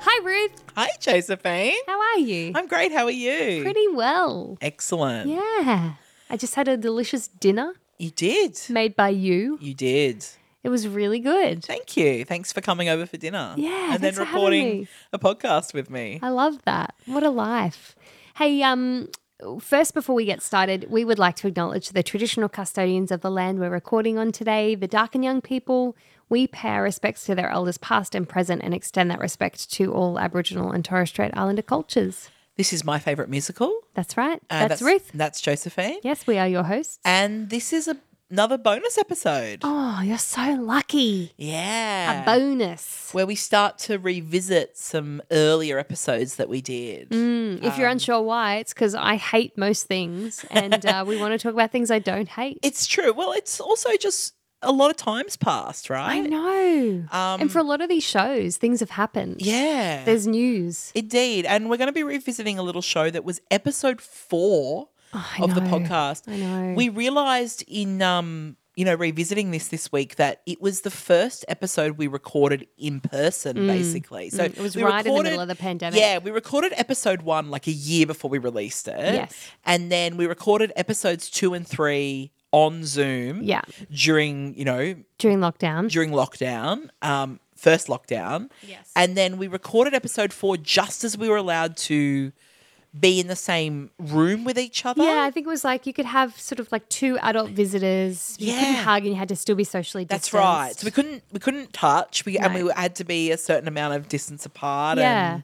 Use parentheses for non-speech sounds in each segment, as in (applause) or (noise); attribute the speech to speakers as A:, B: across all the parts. A: Ingrid.
B: Hi, Josephine.
A: How are you?
B: I'm great. How are you?
A: Pretty well.
B: Excellent.
A: Yeah. I just had a delicious dinner
B: You did.
A: made by you.
B: You did.
A: It was really good.
B: Thank you. Thanks for coming over for dinner.
A: Yeah,
B: And then
A: thanks for having
B: recording
A: me.
B: a podcast with me.
A: I love that. What a life. Hey, um, first, before we get started, we would like to acknowledge the traditional custodians of the land we're recording on today, the Dark and Young people. We pay our respects to their elders, past and present, and extend that respect to all Aboriginal and Torres Strait Islander cultures.
B: This is my favorite musical.
A: That's right.
B: Uh,
A: that's, Ruth.
B: That's Josephine.
A: Yes, we are your hosts.
B: And this is a, another bonus episode.
A: Oh, you're so lucky.
B: Yeah.
A: A bonus.
B: where we start to revisit some earlier episodes that we did.
A: Mm, if you're unsure why, it's because I hate most things, and uh, we want to talk about things I don't hate.
B: It's true. Well, it's also just a lot of times passed,
A: I
B: right?
A: know.
B: Um,
A: and for a lot of these shows, things have happened.
B: yeah.
A: There's news.
B: Indeed. And we're going to be revisiting a little show that was episode four
A: Oh, I
B: of the
A: know.
B: podcast.
A: I know.
B: We realized in, um, you know, revisiting this this week that it was the first episode we recorded in person, basically. So
A: Mm, it was
B: we
A: right in the
B: recorded-
A: middle of the pandemic.
B: Yeah, we recorded episode one like a year before we released it.
A: Yes.
B: And then we recorded episodes two and three on Zoom.
A: Yeah.
B: During, you know,
A: During lockdown.
B: during lockdown, um, first lockdown.
A: Yes.
B: And then we recorded episode four just as we were allowed to be in the same room with each other.
A: yeah, I think it was like you could have sort of like two adult visitors. You couldn't
B: Yeah.
A: hug and you had to still be socially
B: That's
A: distanced.
B: right. So we couldn't we couldn't touch. We and
A: No.
B: we had to be a certain amount of distance apart.
A: Yeah.
B: And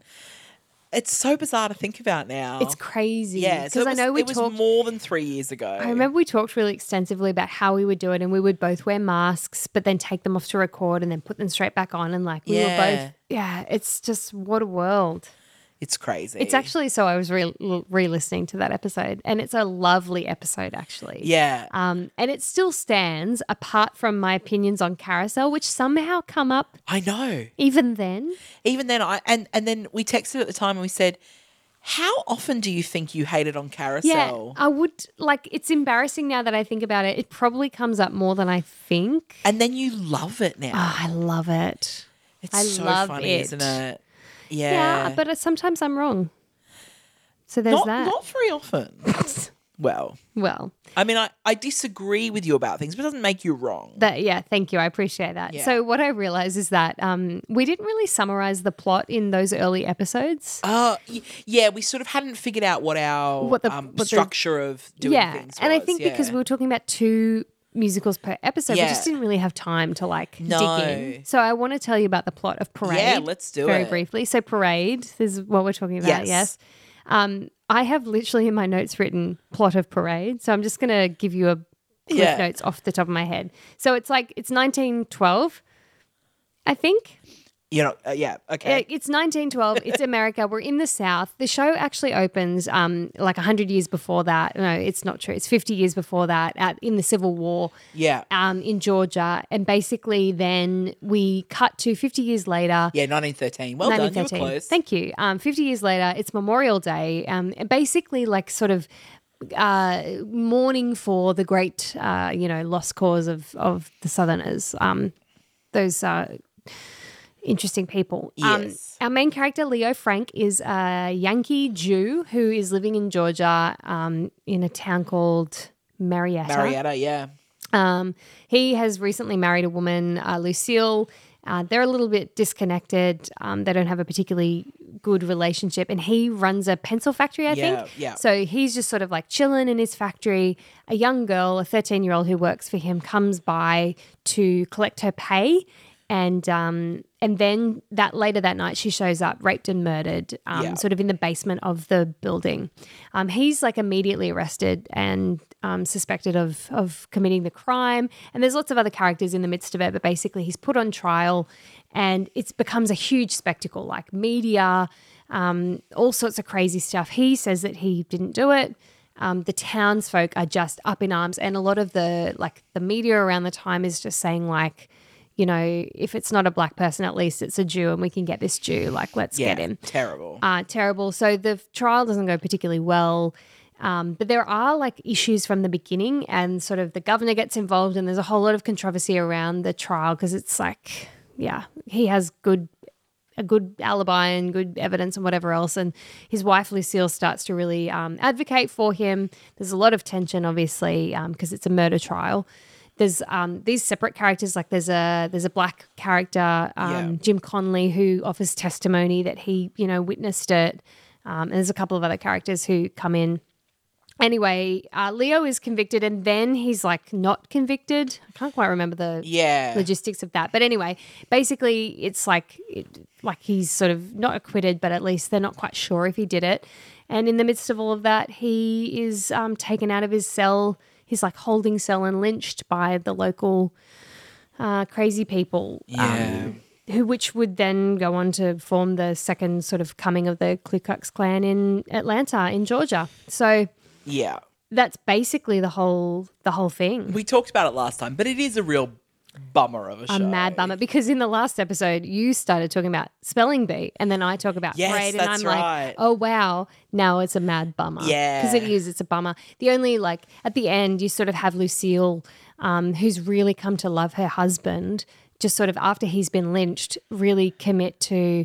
B: it's so bizarre to think about now.
A: It's crazy.
B: yeah. So
A: Because
B: it
A: I
B: was,
A: know we
B: it was
A: talked
B: more than three years ago.
A: I remember we talked really extensively about how we would do it, and we would both wear masks, but then take them off to record and then put them straight back on. And like, we were
B: Yeah.
A: both, yeah, it's just what a world.
B: It's crazy.
A: It's actually so I was re re listening to that episode, and it's a lovely episode, actually.
B: yeah.
A: Um, and it still stands apart from my opinions on Carousel, which somehow come up
B: I know.
A: even then.
B: Even then, I and and then we texted at the time and we said, "How often do you think you hated on
A: Yeah,
B: carousel?"
A: I would like. It's embarrassing now that I think about it. It probably comes up more than I think.
B: And then you love it now.
A: Oh, I love it.
B: It's
A: I
B: so
A: love
B: funny, is isn't
A: it.
B: it? Yeah.
A: Yeah, but uh, sometimes I'm wrong. So there's
B: Eh. not,
A: that.
B: not very often.
A: (laughs)
B: well,
A: well,
B: I mean, I, I disagree with you about things, but it doesn't make you wrong.
A: that yeah, thank you. I appreciate that.
B: Yeah.
A: So what I realize is that um, we didn't really summarize the plot in those early episodes.
B: Uh, y- yeah, we sort of hadn't figured out what our
A: What the-
B: um,
A: what the-
B: structure of doing
A: yeah,
B: things
A: and I
B: was,
A: think because
B: yeah.
A: we were talking about two musicals per episode, we
B: Yeah.
A: just didn't really have time to like
B: No.
A: dig in. So I want to tell you about the plot of Parade.
B: Yeah, let's do
A: very
B: it.
A: briefly. So Parade this is what we're talking about.
B: Yes.
A: Yes. Um, I have literally in my notes written plot of Parade. So I'm just gonna give you a cliff
B: Yeah.
A: notes off the top of my head. So it's like it's 1912. I think
B: you know, uh, yeah, okay,
A: it- it's 1912. It's America. We're in the South. The show actually opens um, like 100 years before that. No, it's not true. It's 50 years before that at, in the Civil War
B: yeah,
A: um, in Georgia. And basically, then we cut to 50 years later.
B: yeah, nineteen thirteen. Well done, you were
A: 1913.
B: close.
A: Thank you. Um, 50 years later, it's Memorial Day. Um, and basically, like, sort of. Uh, mourning for the great, uh, you know, lost cause of of the Southerners, um, those uh, interesting people. Um,
B: Yes.
A: our main character Leo Frank is a Yankee Jew who is living in Georgia, um, in a town called Marietta.
B: Marietta, yeah,
A: Um, he has recently married a woman, uh, Lucille. Uh, they're a little bit disconnected. Um, they don't have a particularly good relationship, and he runs a pencil factory, I
B: Yeah,
A: think.
B: yeah.
A: So he's just sort of like chilling in his factory. A young girl, a thirteen-year-old who works for him, comes by to collect her pay, and um, and then that later that night she shows up raped and murdered, um,
B: Yeah.
A: sort of in the basement of the building. Um, he's like immediately arrested and um, suspected of of committing the crime. And there's lots of other characters in the midst of it, but basically he's put on trial, and it becomes a huge spectacle, like media, um, all sorts of crazy stuff. He says that he didn't do it. Um, the townsfolk are just up in arms, and a lot of the like the media around the time is just saying like. You know, if it's not a black person, at least it's a Jew, and we can get this Jew. Like, let's
B: yeah,
A: get him
B: terrible.
A: uh, terrible. So the f- trial doesn't go particularly well. Um, but there are like issues from the beginning, and sort of the governor gets involved, and there's a whole lot of controversy around the trial because it's like, yeah, he has good a good alibi and good evidence and whatever else. And his wife Lucille starts to really um, advocate for him. There's a lot of tension, obviously, because it's a murder trial. There's um, these separate characters, like there's a there's a black character, um,
B: Yeah.
A: Jim Conley, who offers testimony that he you know witnessed it. Um, and there's a couple of other characters who come in. Anyway, uh, Leo is convicted, and then he's like not convicted. I can't quite remember the
B: Yeah.
A: logistics of that. But anyway, basically, it's like it, like he's sort of not acquitted, but at least they're not quite sure if he did it. And in the midst of all of that, he is um, taken out of his cell, his like holding cell, and lynched by the local uh, crazy people. um,
B: Yeah.
A: who, which would then go on to form the second sort of coming of the Ku Klux Klan in Atlanta, in Georgia. So
B: Yeah.
A: that's basically the whole the whole thing.
B: We talked about it last time, but it is a real bummer of a show.
A: a mad bummer because in the last episode you started talking about spelling bee and then I talk about
B: Yes,
A: grade and I'm
B: that's
A: like,
B: right.
A: oh wow, now it's a mad bummer.
B: Yeah.
A: because it is. It's a bummer. The only like at the end you sort of have Lucille, um, who's really come to love her husband, just sort of after he's been lynched, really commit to.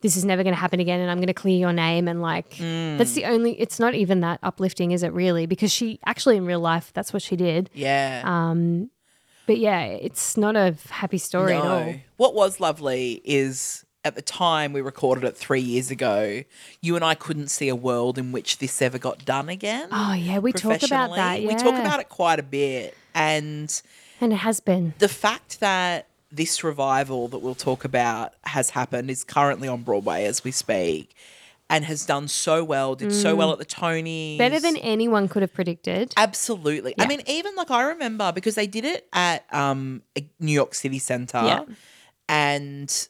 A: This is never going to happen again, and I'm going to clear your name. And like,
B: Mm.
A: that's the only, it's not even that uplifting, is it really? Because she actually, in real life, that's what she did.
B: Yeah.
A: But yeah, it's not a happy story at all.
B: No. What was lovely is at the time we recorded it three years ago, you and I couldn't see a world in which this ever got done again.
A: Oh yeah, we talk about that.
B: professionally. We talk about it quite a bit. And
A: and it has been.
B: the fact that this revival that we'll talk about has happened is currently on Broadway as we speak and has done so well, did so well at the Tonys.
A: Mm. Better than anyone could have predicted.
B: Absolutely. I mean, even like I remember because they did it at um a New York City Center
A: Yeah.
B: and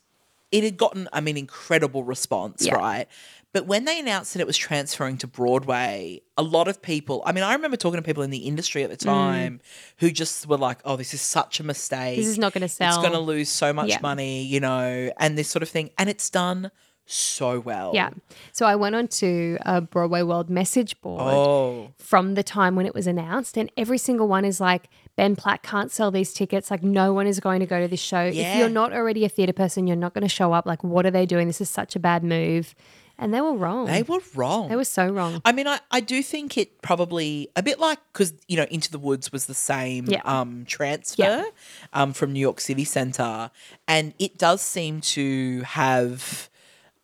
B: it had gotten, I mean, incredible response,
A: Yeah.
B: right? But when they announced that it was transferring to Broadway, a lot of people, I mean, I remember talking to people in the industry at
A: Mm.
B: the time who just were like, oh, this is such a mistake.
A: This is not gonna
B: It's
A: sell."
B: going to lose so much
A: Yeah.
B: money, you know, and this sort of thing. And it's done so well.
A: Yeah. So I went onto a Broadway World message board
B: Oh.
A: from the time when it was announced, and every single one is like, Ben Platt can't sell these tickets. Like, no one is going to go to this show. If
B: Yeah.
A: you're not already a theatre person, you're not going to show up. Like, what are they doing? This is such a bad move. And they were wrong.
B: They were wrong.
A: They were so wrong.
B: I mean, I, I do think it probably a bit like because you know Into the Woods was the same
A: Yeah.
B: um, transfer um, from New York City Center, and it does seem to have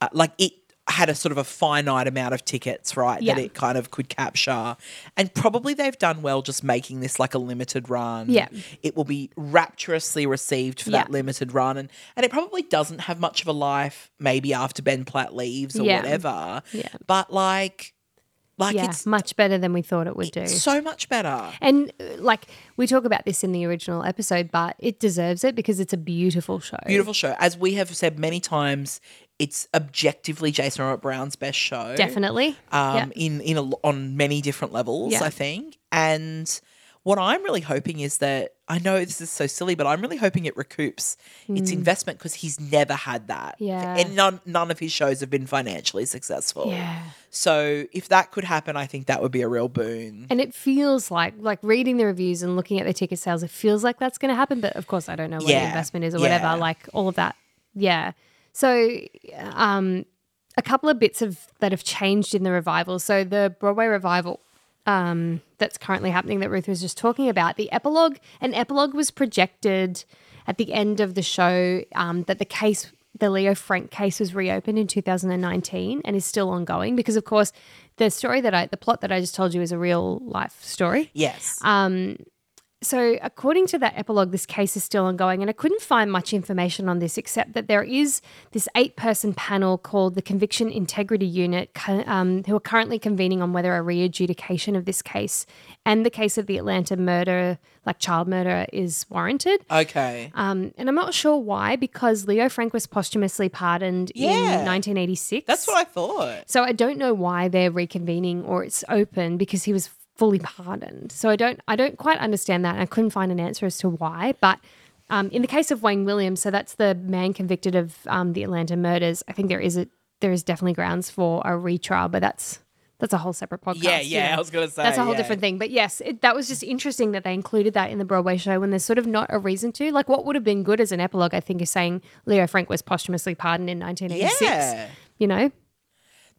B: uh, like it had a sort of a finite amount of tickets, right?
A: Yeah.
B: That it kind of could capture, and probably they've done well just making this like a limited run.
A: Yeah.
B: it will be rapturously received for that
A: Yeah.
B: limited run, and and it probably doesn't have much of a life maybe after Ben Platt leaves or
A: Yeah.
B: whatever.
A: Yeah.
B: but like. Like
A: yeah,
B: it's
A: much better than we thought it would do.
B: so much better.
A: And uh, like we talk about this in the original episode, but it deserves it because it's a beautiful show.
B: Beautiful show. As we have said many times, it's objectively Jason Robert Brown's best show.
A: Definitely.
B: Um, in in a, l- on many different levels,
A: Yeah.
B: I think. And what I'm really hoping is that I know this is so silly, but I'm really hoping it recoups its investment because he's never had that.
A: Hmm. Yeah.
B: and none none of his shows have been financially successful.
A: Yeah.
B: So if that could happen, I think that would be a real boon.
A: And it feels like, like reading the reviews and looking at the ticket sales, it feels like that's going to happen. But of course, I don't know what the
B: Yeah.
A: investment is or
B: Yeah.
A: whatever, like all of that. Yeah. So, um, a couple of bits of that have changed in the revival. So the Broadway revival um, that's currently happening that Ruth was just talking about, the epilogue, an epilogue was projected at the end of the show um, that the case, the Leo Frank case, was reopened in 2019 and is still ongoing because, of course, the story that I, the plot that I just told you is a real life story.
B: yes.
A: uh, So, according to that epilogue, this case is still ongoing, and I couldn't find much information on this except that there is this eight person panel called the Conviction Integrity Unit, cu- um, who are currently convening on whether a re adjudication of this case and the case of the Atlanta murder, like child murder, is warranted.
B: okay.
A: Um, and I'm not sure why, because Leo Frank was posthumously pardoned in
B: Yeah.
A: 1986.
B: That's what I thought.
A: So I don't know why they're reconvening or it's open because he was fully pardoned. So I don't I don't quite understand that. I couldn't find an answer as to why, but um, in the case of Wayne Williams, so that's the man convicted of um, the Atlanta murders. I think there is a there is definitely grounds for a retrial, but that's That's a whole separate podcast.
B: Yeah, yeah.
A: you know.
B: I was gonna say
A: That's a whole
B: yeah.
A: different thing. But yes, it, that was just interesting that they included that in the Broadway show when there's sort of not a reason to. Like, what would have been good as an epilogue, I think, is saying Leo Frank was posthumously pardoned in 1986.
B: Yeah,
A: You know?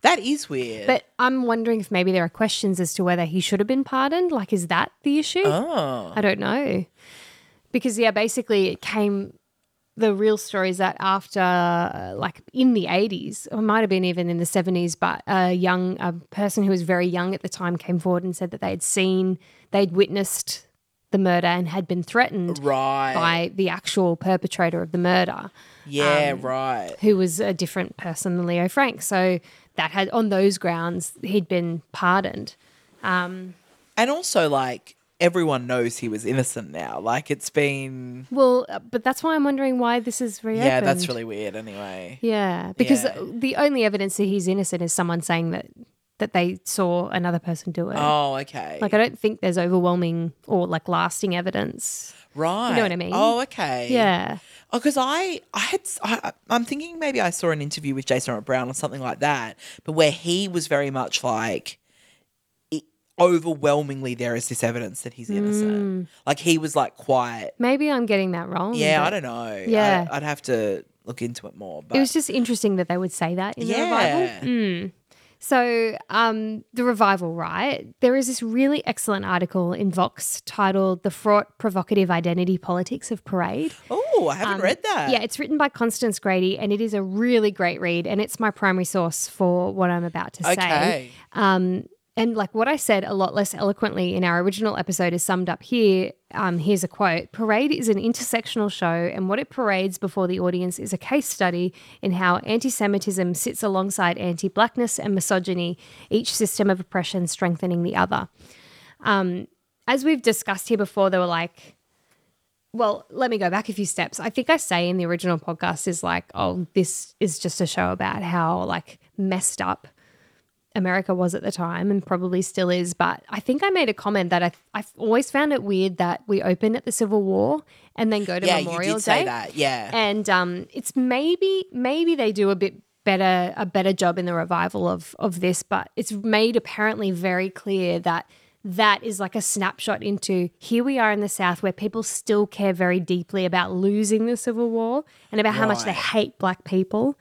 B: that is weird.
A: But I'm wondering if maybe there are questions as to whether he should have been pardoned. Like, is that the issue?
B: oh,
A: I don't know. Because, yeah, basically it came. The real story is that after, uh, like in the 80s, or it might have been even in the 70s, but a young a person who was very young at the time came forward and said that they had seen, they'd witnessed the murder and had been threatened
B: right.
A: by the actual perpetrator of the murder
B: yeah,
A: um,
B: right.
A: who was a different person than Leo Frank. So that had on those grounds he'd been pardoned.
B: And also, like everyone knows he was innocent now. Like it's been.
A: Well, uh, but that's why I'm wondering why this is reopened.
B: Yeah, that's really weird. Anyway.
A: yeah because
B: Yeah.
A: the only evidence that he's innocent is someone saying that that they saw another person do it.
B: Oh, okay.
A: Like I don't think there's overwhelming or like lasting evidence.
B: right.
A: you know what I mean?
B: Oh, okay.
A: Yeah.
B: Oh, because I, I had, s- I, am thinking maybe I saw an interview with Jason Robert Brown or something like that, but where he was very much like, it, overwhelmingly, there is this evidence that he's
A: Mm.
B: innocent. Like he was like quiet.
A: Maybe I'm getting that wrong.
B: Yeah,
A: but
B: I don't know.
A: Yeah.
B: I, would have to look into it more. But
A: It was just interesting that they would say that in the revival.
B: yeah,
A: So, um, the revival, right? There is this really excellent article in Vox titled The Fraught Provocative Identity Politics of Parade.
B: oh, I haven't read that.
A: um, Yeah, it's written by Constance Grady and it is a really great read. And it's my primary source for what I'm about to say.
B: Okay.
A: Um, and like what I said a lot less eloquently in our original episode is summed up here. Um, here's a quote Parade is an intersectional show, and what it parades before the audience is a case study in how anti Semitism sits alongside anti blackness and misogyny, each system of oppression strengthening the other. Um, as we've discussed here before, there were like, well, let me go back a few steps. I think I say in the original podcast is like, oh, this is just a show about how like messed up America was at the time and probably still is, but I think I made a comment that I I've always found it weird that we open at the Civil War and then go to
B: Yeah,
A: Memorial
B: you did
A: Day.
B: say that. Yeah.
A: And um, it's maybe maybe they do a bit better a better job in the revival of of this, but it's made apparently very clear that that is like a snapshot into here we are in the South where people still care very deeply about losing the Civil War and about how much they
B: Right.
A: hate black people.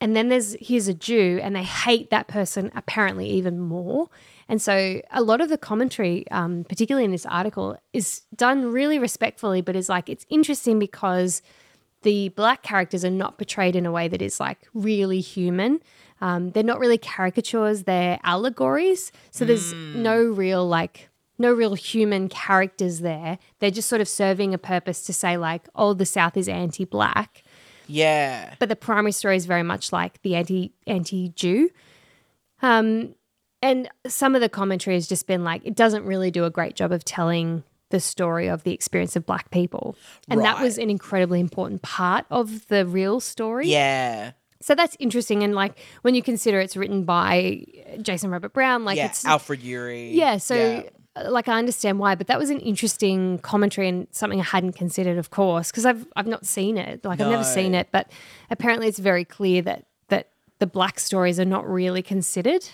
A: And then there's here's a Jew, and they hate that person apparently even more. And so a lot of the commentary, um, particularly in this article, is done really respectfully, but is like it's interesting because the black characters are not portrayed in a way that is like really human. Um, they're not really caricatures; they're allegories. So there's no real like no real human characters there. They're just sort of serving a purpose to say like, oh, the South is anti-black
B: yeah.
A: but the primary story is very much like the anti anti Jew. Um, and some of the commentary has just been like it doesn't really do a great job of telling the story of the experience of black people, and that was
B: Right.
A: an incredibly important part of the real story.
B: Yeah.
A: So that's interesting, and like when you consider it's written by Jason Robert Brown, like
B: Yeah.
A: it's
B: Alfred Urey.
A: yeah, so
B: Yeah.
A: uh, like I understand why, but that was an interesting commentary and something I hadn't considered, of course, because I've I've not seen it. Like I've never
B: No.
A: seen it, but apparently it's very clear that that the black stories are not really considered.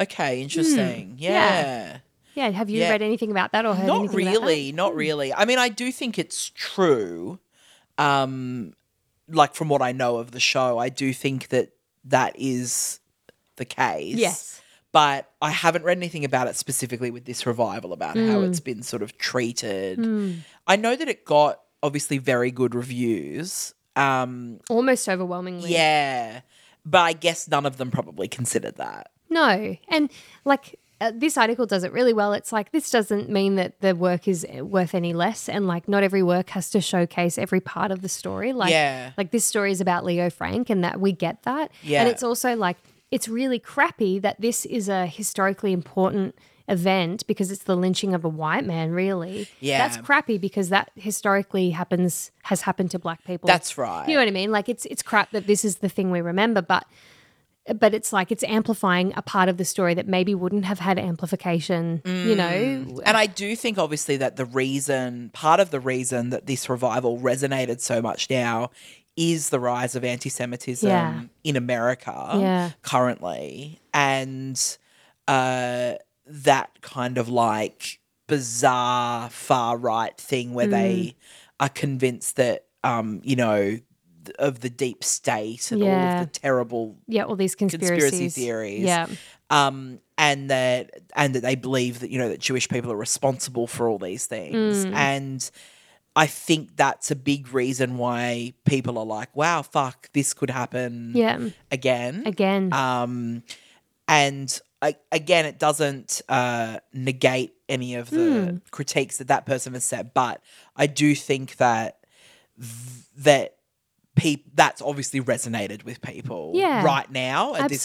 B: Okay. Interesting. yeah.
A: Hmm. Yeah, have you
B: Yeah.
A: read anything about that or heard
B: not
A: anything about that? Hmm.
B: really not really i mean i do think it's true um like from what i know of the show i do think that that is the case
A: Yes.
B: but i haven't read anything about it specifically with this revival about how it's been sort of treated i know that it got obviously very good reviews um
A: Almost overwhelmingly.
B: yeah but i guess none of them probably considered that
A: No, and like uh, this article does it really well. It's like this doesn't mean that the work is uh, worth any less, and like not every work has to showcase every part of the story. Like,
B: Yeah.
A: like this story is about Leo Frank, and that we get that.
B: Yeah.
A: and it's also like it's really crappy that this is a historically important event because it's the lynching of a white man. Really,
B: Yeah.
A: that's crappy because that historically happens has happened to black people.
B: that's right
A: You know what I mean? Like it's it's crap that this is the thing we remember, but but it's like it's amplifying a part of the story that maybe wouldn't have had amplification, you know?
B: And I do think, obviously, that the reason, part of the reason that this revival resonated so much now is the rise of anti Semitism
A: Yeah.
B: in America
A: Yeah.
B: currently. And uh, that kind of like bizarre far right thing where
A: Mm.
B: they are convinced that um, you know th- of the deep state and all
A: Yeah.
B: of the terrible
A: Yeah, all these
B: Conspiracy
A: conspiracies.
B: theories.
A: Yeah.
B: um, and that and that they believe that you know that Jewish people are responsible for all these things
A: Mm.
B: and I think that's a big reason why people are like wow fuck this could happen
A: Yeah.
B: again
A: Again.
B: um, and I, again, it doesn't uh, negate any of the
A: Hmm.
B: critiques that that person has said, but I do think that th- that peop- that's obviously resonated with people
A: Yeah.
B: right now at
A: Absolutely.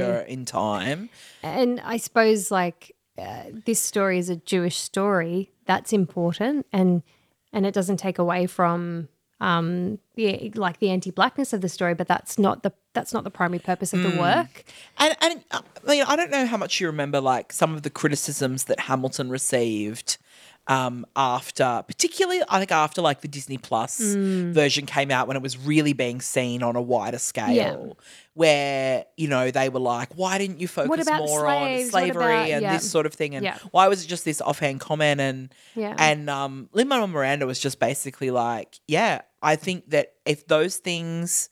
B: this juncture in time.
A: And I suppose like uh, this story is a Jewish story. That's important, and and it doesn't take away from um the like the anti-blackness of the story. But that's not the that's not the primary purpose of the
B: Mm.
A: work.
B: And and uh, I, mean, I don't know how much you remember like some of the criticisms that Hamilton received um, after, particularly I think after like the Disney Plus
A: Mm.
B: version came out when it was really being seen on a wider scale, where you know they were like, why didn't you focus
A: about
B: more on
A: slaves? What
B: slavery
A: about-
B: and
A: yeah.
B: this sort of thing, and
A: Yeah.
B: why was it just this offhand comment and
A: Yeah.
B: and um, Lin Manuel Miranda was just basically like, yeah, I think that if those things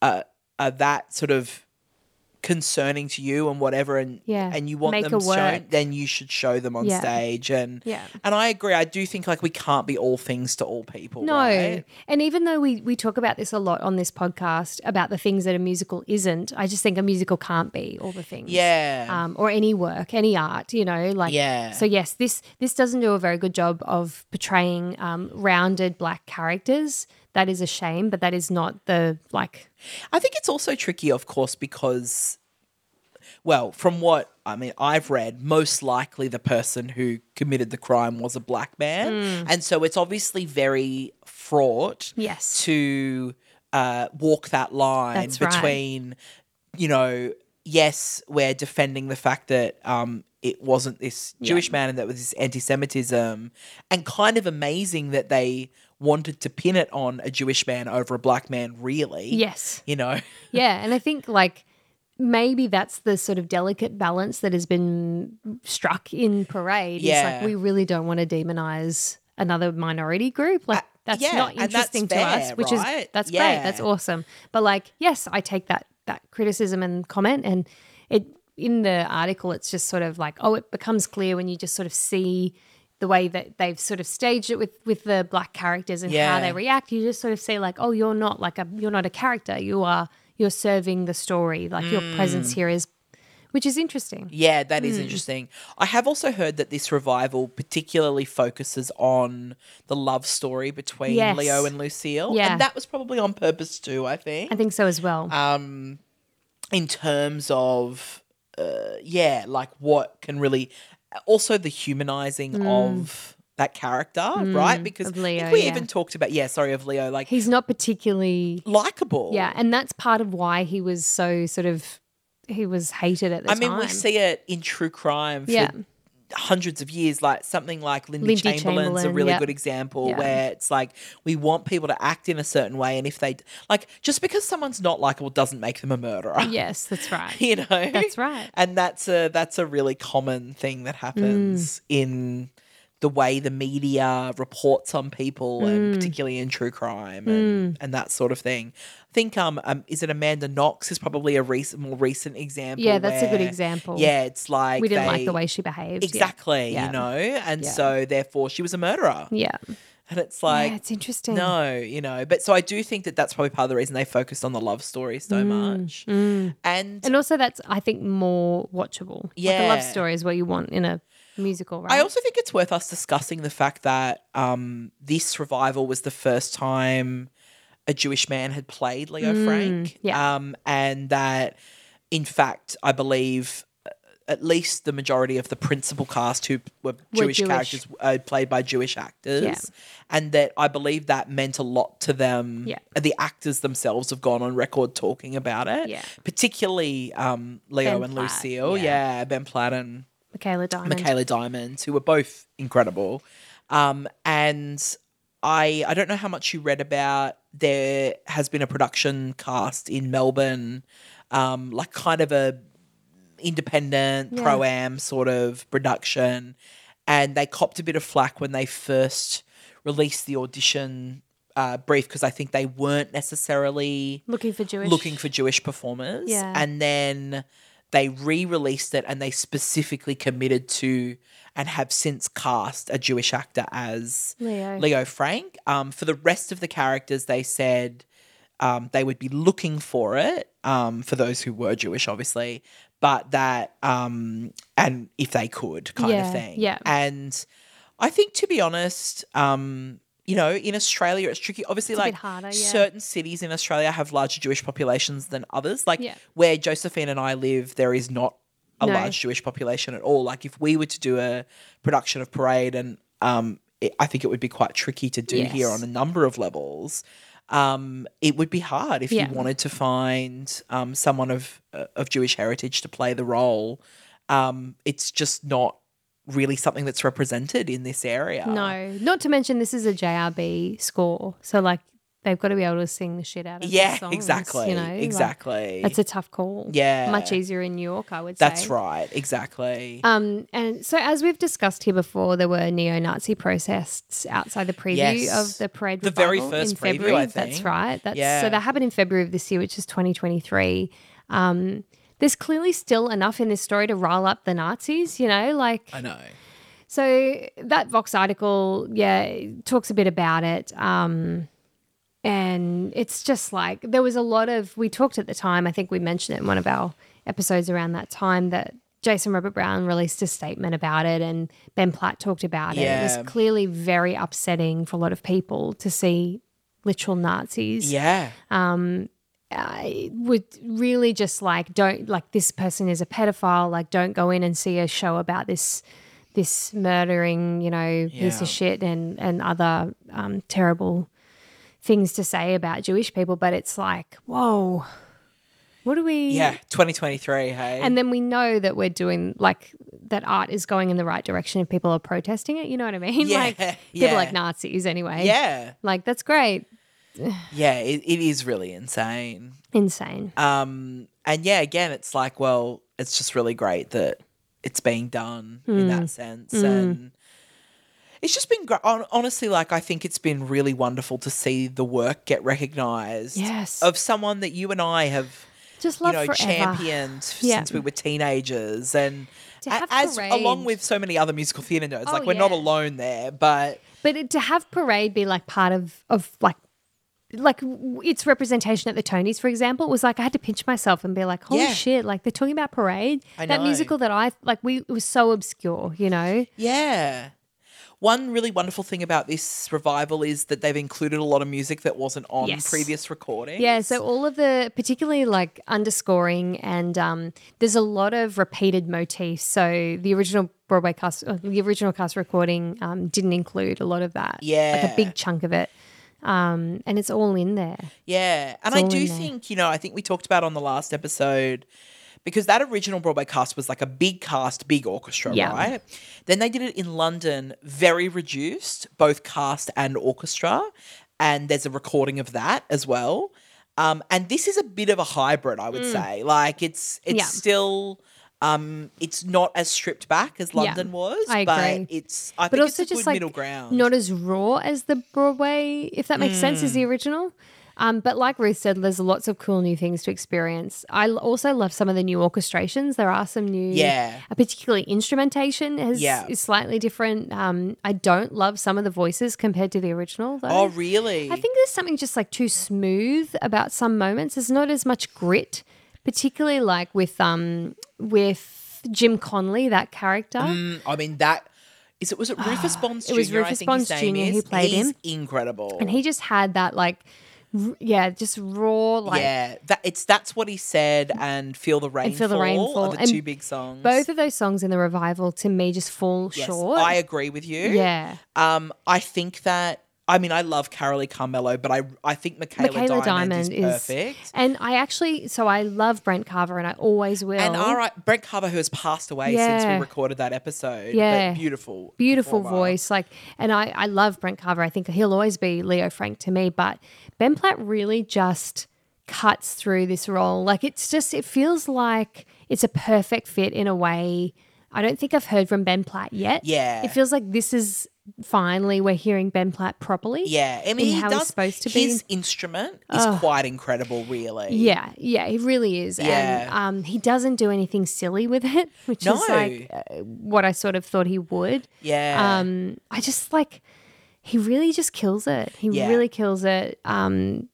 B: are, are that sort of concerning to you and whatever, and
A: Yeah.
B: and you want
A: Make
B: them
A: a
B: shown,
A: work.
B: then you should show them on
A: Yeah.
B: stage. And
A: Yeah.
B: and I agree. I do think like we can't be all things to all people.
A: No.
B: right?
A: And even though we, we talk about this a lot on this podcast about the things that a musical isn't, I just think a musical can't be all the things.
B: Yeah.
A: Um, or any work, any art, you know, like
B: Yeah.
A: So yes, this this doesn't do a very good job of portraying um, rounded black characters. That is a shame, but that is not the like.
B: I think it's also tricky, of course, because, well, from what I mean, I've read, most likely the person who committed the crime was a black
A: Mm.
B: man. And so it's obviously very fraught
A: Yes.
B: to uh, walk that line
A: That's right.
B: between, you know, yes, we're defending the fact that. Um, it wasn't this Jewish man and that was this anti Semitism, and kind of amazing that they wanted to pin it on a Jewish man over a black man, really
A: Yes. (laughs)
B: you know.
A: Yeah, and I think like maybe that's the sort of delicate balance that has been struck in parade. It's
B: Yeah.
A: like we really don't want to demonize another minority group. Like that's
B: Uh, yeah,
A: not
B: and that's
A: interesting to
B: fair,
A: us, which is
B: right?
A: that's
B: Yeah.
A: great. That's awesome. But like, yes, I take that that criticism and comment and it in the article it's just sort of like, oh, it becomes clear when you just sort of see the way that they've sort of staged it with with the black characters and how
B: Yeah.
A: they react you just sort of say like oh you're not like a you're not a character you are you're serving the story like your
B: Mm.
A: presence here is which is interesting
B: Yeah, that
A: Hmm.
B: is interesting. I have also heard that this revival particularly focuses on the love story between
A: Yes.
B: Leo and Lucille.
A: Yeah.
B: And that was probably on purpose too, I think.
A: i think so as well
B: um in terms of uh, yeah, like what can really also the humanizing of that character, right? Because
A: Hmm. of
B: I think
A: Leo,
B: we
A: yeah.
B: even talked about yeah, sorry of Leo like
A: he's not particularly
B: likable.
A: yeah and that's part of why he was so sort of he was hated at the
B: I
A: time
B: mean, we see it in true crime for
A: Yeah.
B: hundreds of years. Like something like Lindy,
A: Lindy
B: Chamberlain's a
A: Chamberlain,
B: really
A: yeah.
B: good example
A: Yeah.
B: where it's like we want people to act in a certain way, and if they like, just because someone's not likable doesn't make them a murderer.
A: yes that's right
B: (laughs) You know,
A: that's right
B: and that's a that's a really common thing that
A: Mm.
B: happens in the way the media reports on people
A: Mm.
B: and particularly in true crime and, and that sort of thing. I think um, um is it Amanda Knox is probably a recent more recent example.
A: yeah that's a good
B: where-
A: example
B: Yeah, it's like
A: we didn't
B: they-
A: like the way she behaved yeah.
B: exactly,
A: Yeah.
B: you know, and
A: Yeah.
B: so therefore she was a murderer,
A: yeah
B: and it's
A: yeah
B: like
A: it's interesting
B: no, you know, but so I do think that that's probably part of the reason they focused on the love story so
A: Mm.
B: much, and
A: And also, that's I think more watchable. like a
B: Yeah.
A: love story is what you want in a musical, right?
B: I also think it's worth us discussing the fact that um, this revival was the first time a Jewish man had played Leo Frank.
A: Mm, yeah.
B: Um, and that, in fact, I believe uh, at least the majority of the principal cast who were,
A: Were
B: Jewish,
A: Jewish.
B: characters uh, played by Jewish actors. And that I believe that meant a lot to them.
A: Yeah.
B: And The actors themselves have gone on record talking about it.
A: Yeah.
B: Particularly um, Leo
A: Ben
B: and
A: Platt,
B: Lucille.
A: yeah.
B: yeah, Ben Platt and
A: Michaela Diamond.
B: Michaela Diamond, who were both incredible. Um, and I I don't know how much you read about. There has been a production cast in Melbourne, um, like kind of a independent
A: Yeah.
B: pro am sort of production, and they copped a bit of flack when they first released the audition uh, brief because I think they weren't necessarily
A: Looking for Jewish.
B: looking for Jewish performers.
A: Yeah.
B: And then they re released it and they specifically committed to and have since cast a Jewish actor as
A: Leo.
B: Leo Frank. Um, for the rest of the characters, they said um, they would be looking for it um, for those who were Jewish, obviously, but that, um, and if they could, kind
A: Yeah,
B: of thing.
A: yeah.
B: And I think, to be honest, um, you know, in Australia, it's tricky. Obviously,
A: It's a
B: like
A: bit harder, Uh, yeah.
B: certain cities in Australia have larger Jewish populations than others. Like
A: Yeah.
B: where Josephine and I live, there is not a
A: No.
B: large Jewish population at all. Like if we were to do a production of Parade, and um, it, I think it would be quite tricky to do here
A: Yes.
B: on a number of levels. Um, it would be hard if
A: Yeah.
B: you wanted to find um, someone of uh, of Jewish heritage to play the role. Um, it's just not really something that's represented in this area.
A: No, not to mention this is a JRB score, so like they've got to be able to sing the shit out of the
B: Yeah,
A: songs,
B: exactly.
A: You know, like,
B: exactly.
A: it's a tough call.
B: Yeah.
A: much easier in New York, I would say.
B: That's right. Exactly.
A: Um, and so, as we've discussed here before, there were neo-Nazi protests outside the preview
B: Yes.
A: of the parade.
B: The very
A: revival
B: first
A: in
B: preview,
A: February.
B: I
A: That's
B: think.
A: right. That's, So
B: Yeah.
A: that happened in February of this year, which is 2023. Um, there's clearly still enough in this story to rile up the Nazis. You know, like
B: I know.
A: so that Vox article, yeah, talks a bit about it. Um, and it's just like there was a lot of, we talked at the time, I think we mentioned it in one of our episodes around that time that Jason Robert Brown released a statement about it and Ben Platt talked about it. It
B: Yeah.
A: was clearly very upsetting for a lot of people to see literal Nazis
B: Yeah.
A: Um, I would really just like don't like this person is a pedophile like don't go in and see a show about this this murdering you know piece
B: Yeah.
A: of shit and and other um, terrible things to say about Jewish people but it's like whoa what do we
B: Yeah. 2023. Hey.
A: and then we know that we're doing like that art is going in the right direction if people are protesting it you know what I mean
B: Yeah,
A: like (laughs) people
B: yeah.
A: like Nazis anyway
B: yeah.
A: like that's great
B: Yeah. It, it is really insane.
A: insane
B: Um, and yeah, again, it's like, well, it's just really great that it's being done in
A: Hmm.
B: that sense. And it's just been great. Honestly, like, I think it's been really wonderful to see the work get recognized
A: yes
B: of someone that you and I have.
A: just
B: you
A: love
B: know,
A: forever
B: championed
A: Yeah.
B: since we were teenagers, and
A: To
B: a-
A: have
B: as along
A: parade.
B: with so many other musical theatre nerds,
A: Oh,
B: like we're not
A: yeah.
B: alone there. But
A: But it- to have parade be like part of of like like w- its representation at the Tonys, for example, was like I had to pinch myself and be like, "Holy
B: Yeah.
A: shit!" Like they're talking about parade,
B: I
A: that
B: know.
A: musical that I like. We it was so obscure, you know.
B: yeah, one really wonderful thing about this revival is that they've included a lot of music that wasn't on
A: Yes.
B: previous recordings.
A: Yeah, so all of the particularly like underscoring and um, there's a lot of repeated motifs. So the original Broadway cast, uh, the original cast recording um, didn't include a lot of that. like a
B: Yeah.
A: big chunk of it, um, and it's all in there.
B: Yeah. And I
A: all
B: do
A: in there.
B: think, you know, I think we talked about on the last episode because that original Broadway cast was like a big cast, big orchestra,
A: Yeah.
B: right? Then they did it in London, very reduced, both cast and orchestra. And there's a recording of that as well. Um, and this is a bit of a hybrid, I would say. Like it's it's
A: Mm. Yeah.
B: still um, it's not as stripped back as London was,
A: I
B: but
A: agree.
B: it's I
A: but
B: think
A: also
B: it's a
A: just
B: good
A: like
B: middle ground.
A: not as raw as the Broadway, if that makes sense, as the
B: Hmm.
A: original. Um, but like Ruth said, there's lots of cool new things to experience. I l- also love some of the new orchestrations. There are some new,
B: Yeah.
A: uh, particularly instrumentation has,
B: Yeah.
A: is slightly different. Um, I don't love some of the voices compared to the original. Though.
B: oh really?
A: I think there's something just like too smooth about some moments. There's not as much grit, particularly like with um with Jim Conley, that character.
B: Mm, I mean that is it was it Rufus Bonds Jr.
A: Ah, It was
B: I
A: Rufus
B: think his
A: Bonds
B: name
A: Jr.
B: is.
A: who played
B: He's
A: him.
B: incredible.
A: and he just had that like r- yeah just raw like
B: yeah, that it's that's what he said and Feel the Rainfall,
A: Feel the Rainfall,
B: are the
A: and
B: two big songs.
A: both of those songs in the revival to me just fall
B: Yes,
A: short
B: I agree with you.
A: yeah
B: Um I think that I mean I love Carolee Carmelo, but I I think Michaela,
A: Michaela Diamond
B: Diamond, is
A: is,
B: perfect.
A: and I actually so I love Brent Carver and I always will
B: and all right, Brent Carver, who has passed away since
A: Yeah.
B: we recorded that episode,
A: Yeah.
B: but beautiful,
A: beautiful
B: performer.
A: voice like and I I love Brent Carver I think he'll always be Leo Frank to me but Ben Platt really just cuts through this role like it's just it feels like it's a perfect fit in a way. I don't think I've heard from Ben Platt yet.
B: Yeah.
A: It feels like this is finally we're hearing Ben Platt properly.
B: Yeah, I mean,
A: in
B: he
A: how he's
B: does,
A: supposed to be.
B: his instrument is quite incredible, really.
A: Yeah, yeah, he really is.
B: Yeah.
A: And um, he doesn't do anything silly with it, (laughs) which
B: No.
A: is like uh, what I sort of thought he would.
B: yeah,
A: Um, I just like he really just kills it. He
B: Yeah.
A: really kills it. Um,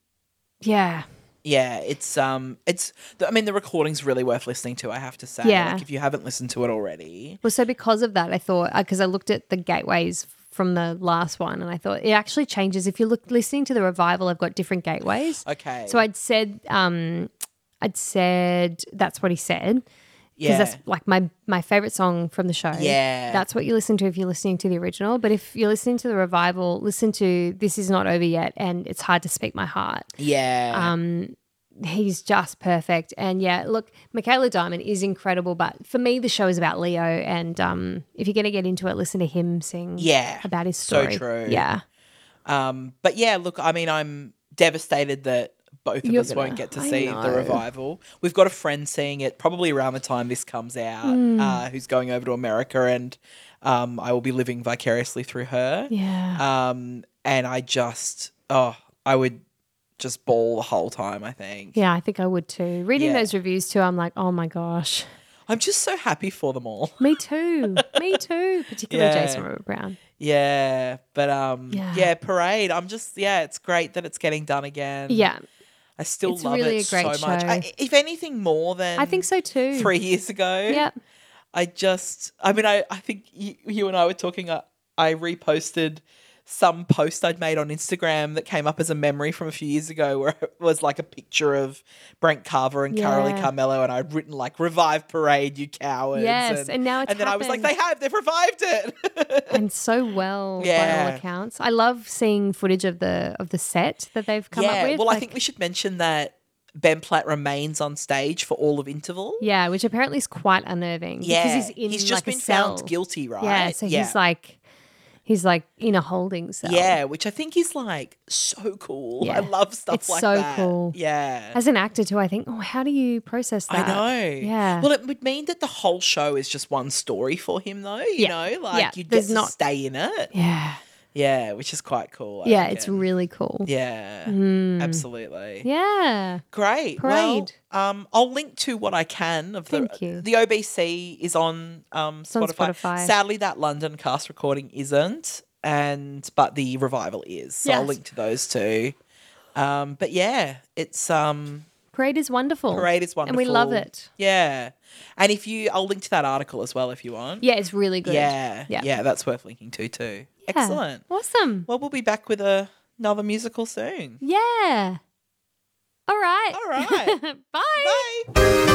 A: yeah,
B: yeah. It's um, it's. th- I mean, the recording's really worth listening to. I have to say,
A: Yeah.
B: like if you haven't listened to it already,
A: Well, so because of that, I thought because I looked at the gateways from the last one, and I thought it actually changes. If you look listening to the revival, I've got different gateways.
B: okay.
A: So I'd said, um, I'd said that's what he said because
B: yeah,
A: that's like my my favorite song from the show.
B: Yeah.
A: that's what you listen to if you're listening to the original. But if you're listening to the revival, listen to "This Is Not Over Yet" and "It's Hard to Speak My Heart."
B: yeah,
A: um, he's just perfect. And yeah, look, Michaela Diamond is incredible, but for me, the show is about Leo. And um, if you're going to get into it, listen to him sing
B: yeah.
A: about his
B: So
A: story.
B: true.
A: Yeah.
B: Um, but yeah, look, I mean, I'm devastated that both of
A: You're
B: us
A: gonna-
B: won't get to
A: I
B: see the
A: know.
B: revival. We've got a friend seeing it probably around the time this comes out,
A: Hmm.
B: uh, who's going over to America, and um, I will be living vicariously through her.
A: Yeah.
B: Um, and I just, oh, I would just bawl the whole time, I think.
A: yeah, I think I would too. Reading
B: Yeah.
A: those reviews too, I'm like, oh my gosh.
B: I'm just so happy for them all.
A: Me too. me too. Particularly
B: Yeah.
A: Jason Robert Brown.
B: Yeah. But um
A: Yeah.
B: yeah. parade. I'm just yeah, it's great that it's getting done again.
A: Yeah.
B: I still
A: It's
B: love
A: really
B: it
A: a great
B: so much. I,
A: show.
B: if anything more than
A: I think so too.
B: three years ago.
A: Yeah.
B: I just, I mean, I, I think you, you and I were talking. I, I reposted some post I'd made on Instagram that came up as a memory from a few years ago where it was like a picture of Brent Carver and Carolee
A: Yeah.
B: Carmelo, and I'd written, like, revive parade, you cowards.
A: Yes, and now it's
B: And then I was like,
A: happened.
B: they have, they've revived it. (laughs)
A: And so well by
B: Yeah.
A: all accounts. I love seeing footage of the of the set that they've come
B: yeah.
A: up with.
B: Well, I
A: Like,
B: think we should mention that Ben Platt remains on stage for all of interval.
A: Yeah, which apparently is quite unnerving.
B: Yeah.
A: because he's in
B: just
A: like, a
B: been
A: cell.
B: found guilty, right?
A: Yeah, so he's like, he's like in a holding cell.
B: Yeah, which I think is like so cool.
A: Yeah.
B: I love stuff
A: It's
B: like
A: so
B: that.
A: cool.
B: Yeah.
A: As an actor too, I think, oh, how do you process
B: I
A: that?
B: know.
A: Yeah.
B: Well, it would mean that the whole show is just one story for him, though. You
A: Yeah.
B: know, like
A: Yeah,
B: you
A: there's
B: just
A: not-
B: stay in it.
A: yeah,
B: Yeah, which is quite cool. I
A: yeah, it's
B: reckon.
A: really cool.
B: yeah,
A: Mm.
B: absolutely.
A: Yeah,
B: Great.
A: Parade.
B: Well, um, I'll link to what I can of the
A: Thank you.
B: the OBC is on um
A: on
B: Spotify.
A: Spotify.
B: Sadly, that London cast recording isn't, and but the revival is. So I'll
A: Yes.
B: link to those two. Um, but yeah, it's um
A: parade is wonderful.
B: parade is wonderful,
A: and we love it.
B: Yeah, and if you, I'll link to that article as well if you want.
A: Yeah, it's really good.
B: yeah,
A: Yeah.
B: yeah, that's worth linking to too.
A: Yeah.
B: Excellent.
A: awesome.
B: Well, we'll be back with a, another musical soon.
A: Yeah. All right.
B: All right.
A: (laughs) Bye.
B: Bye.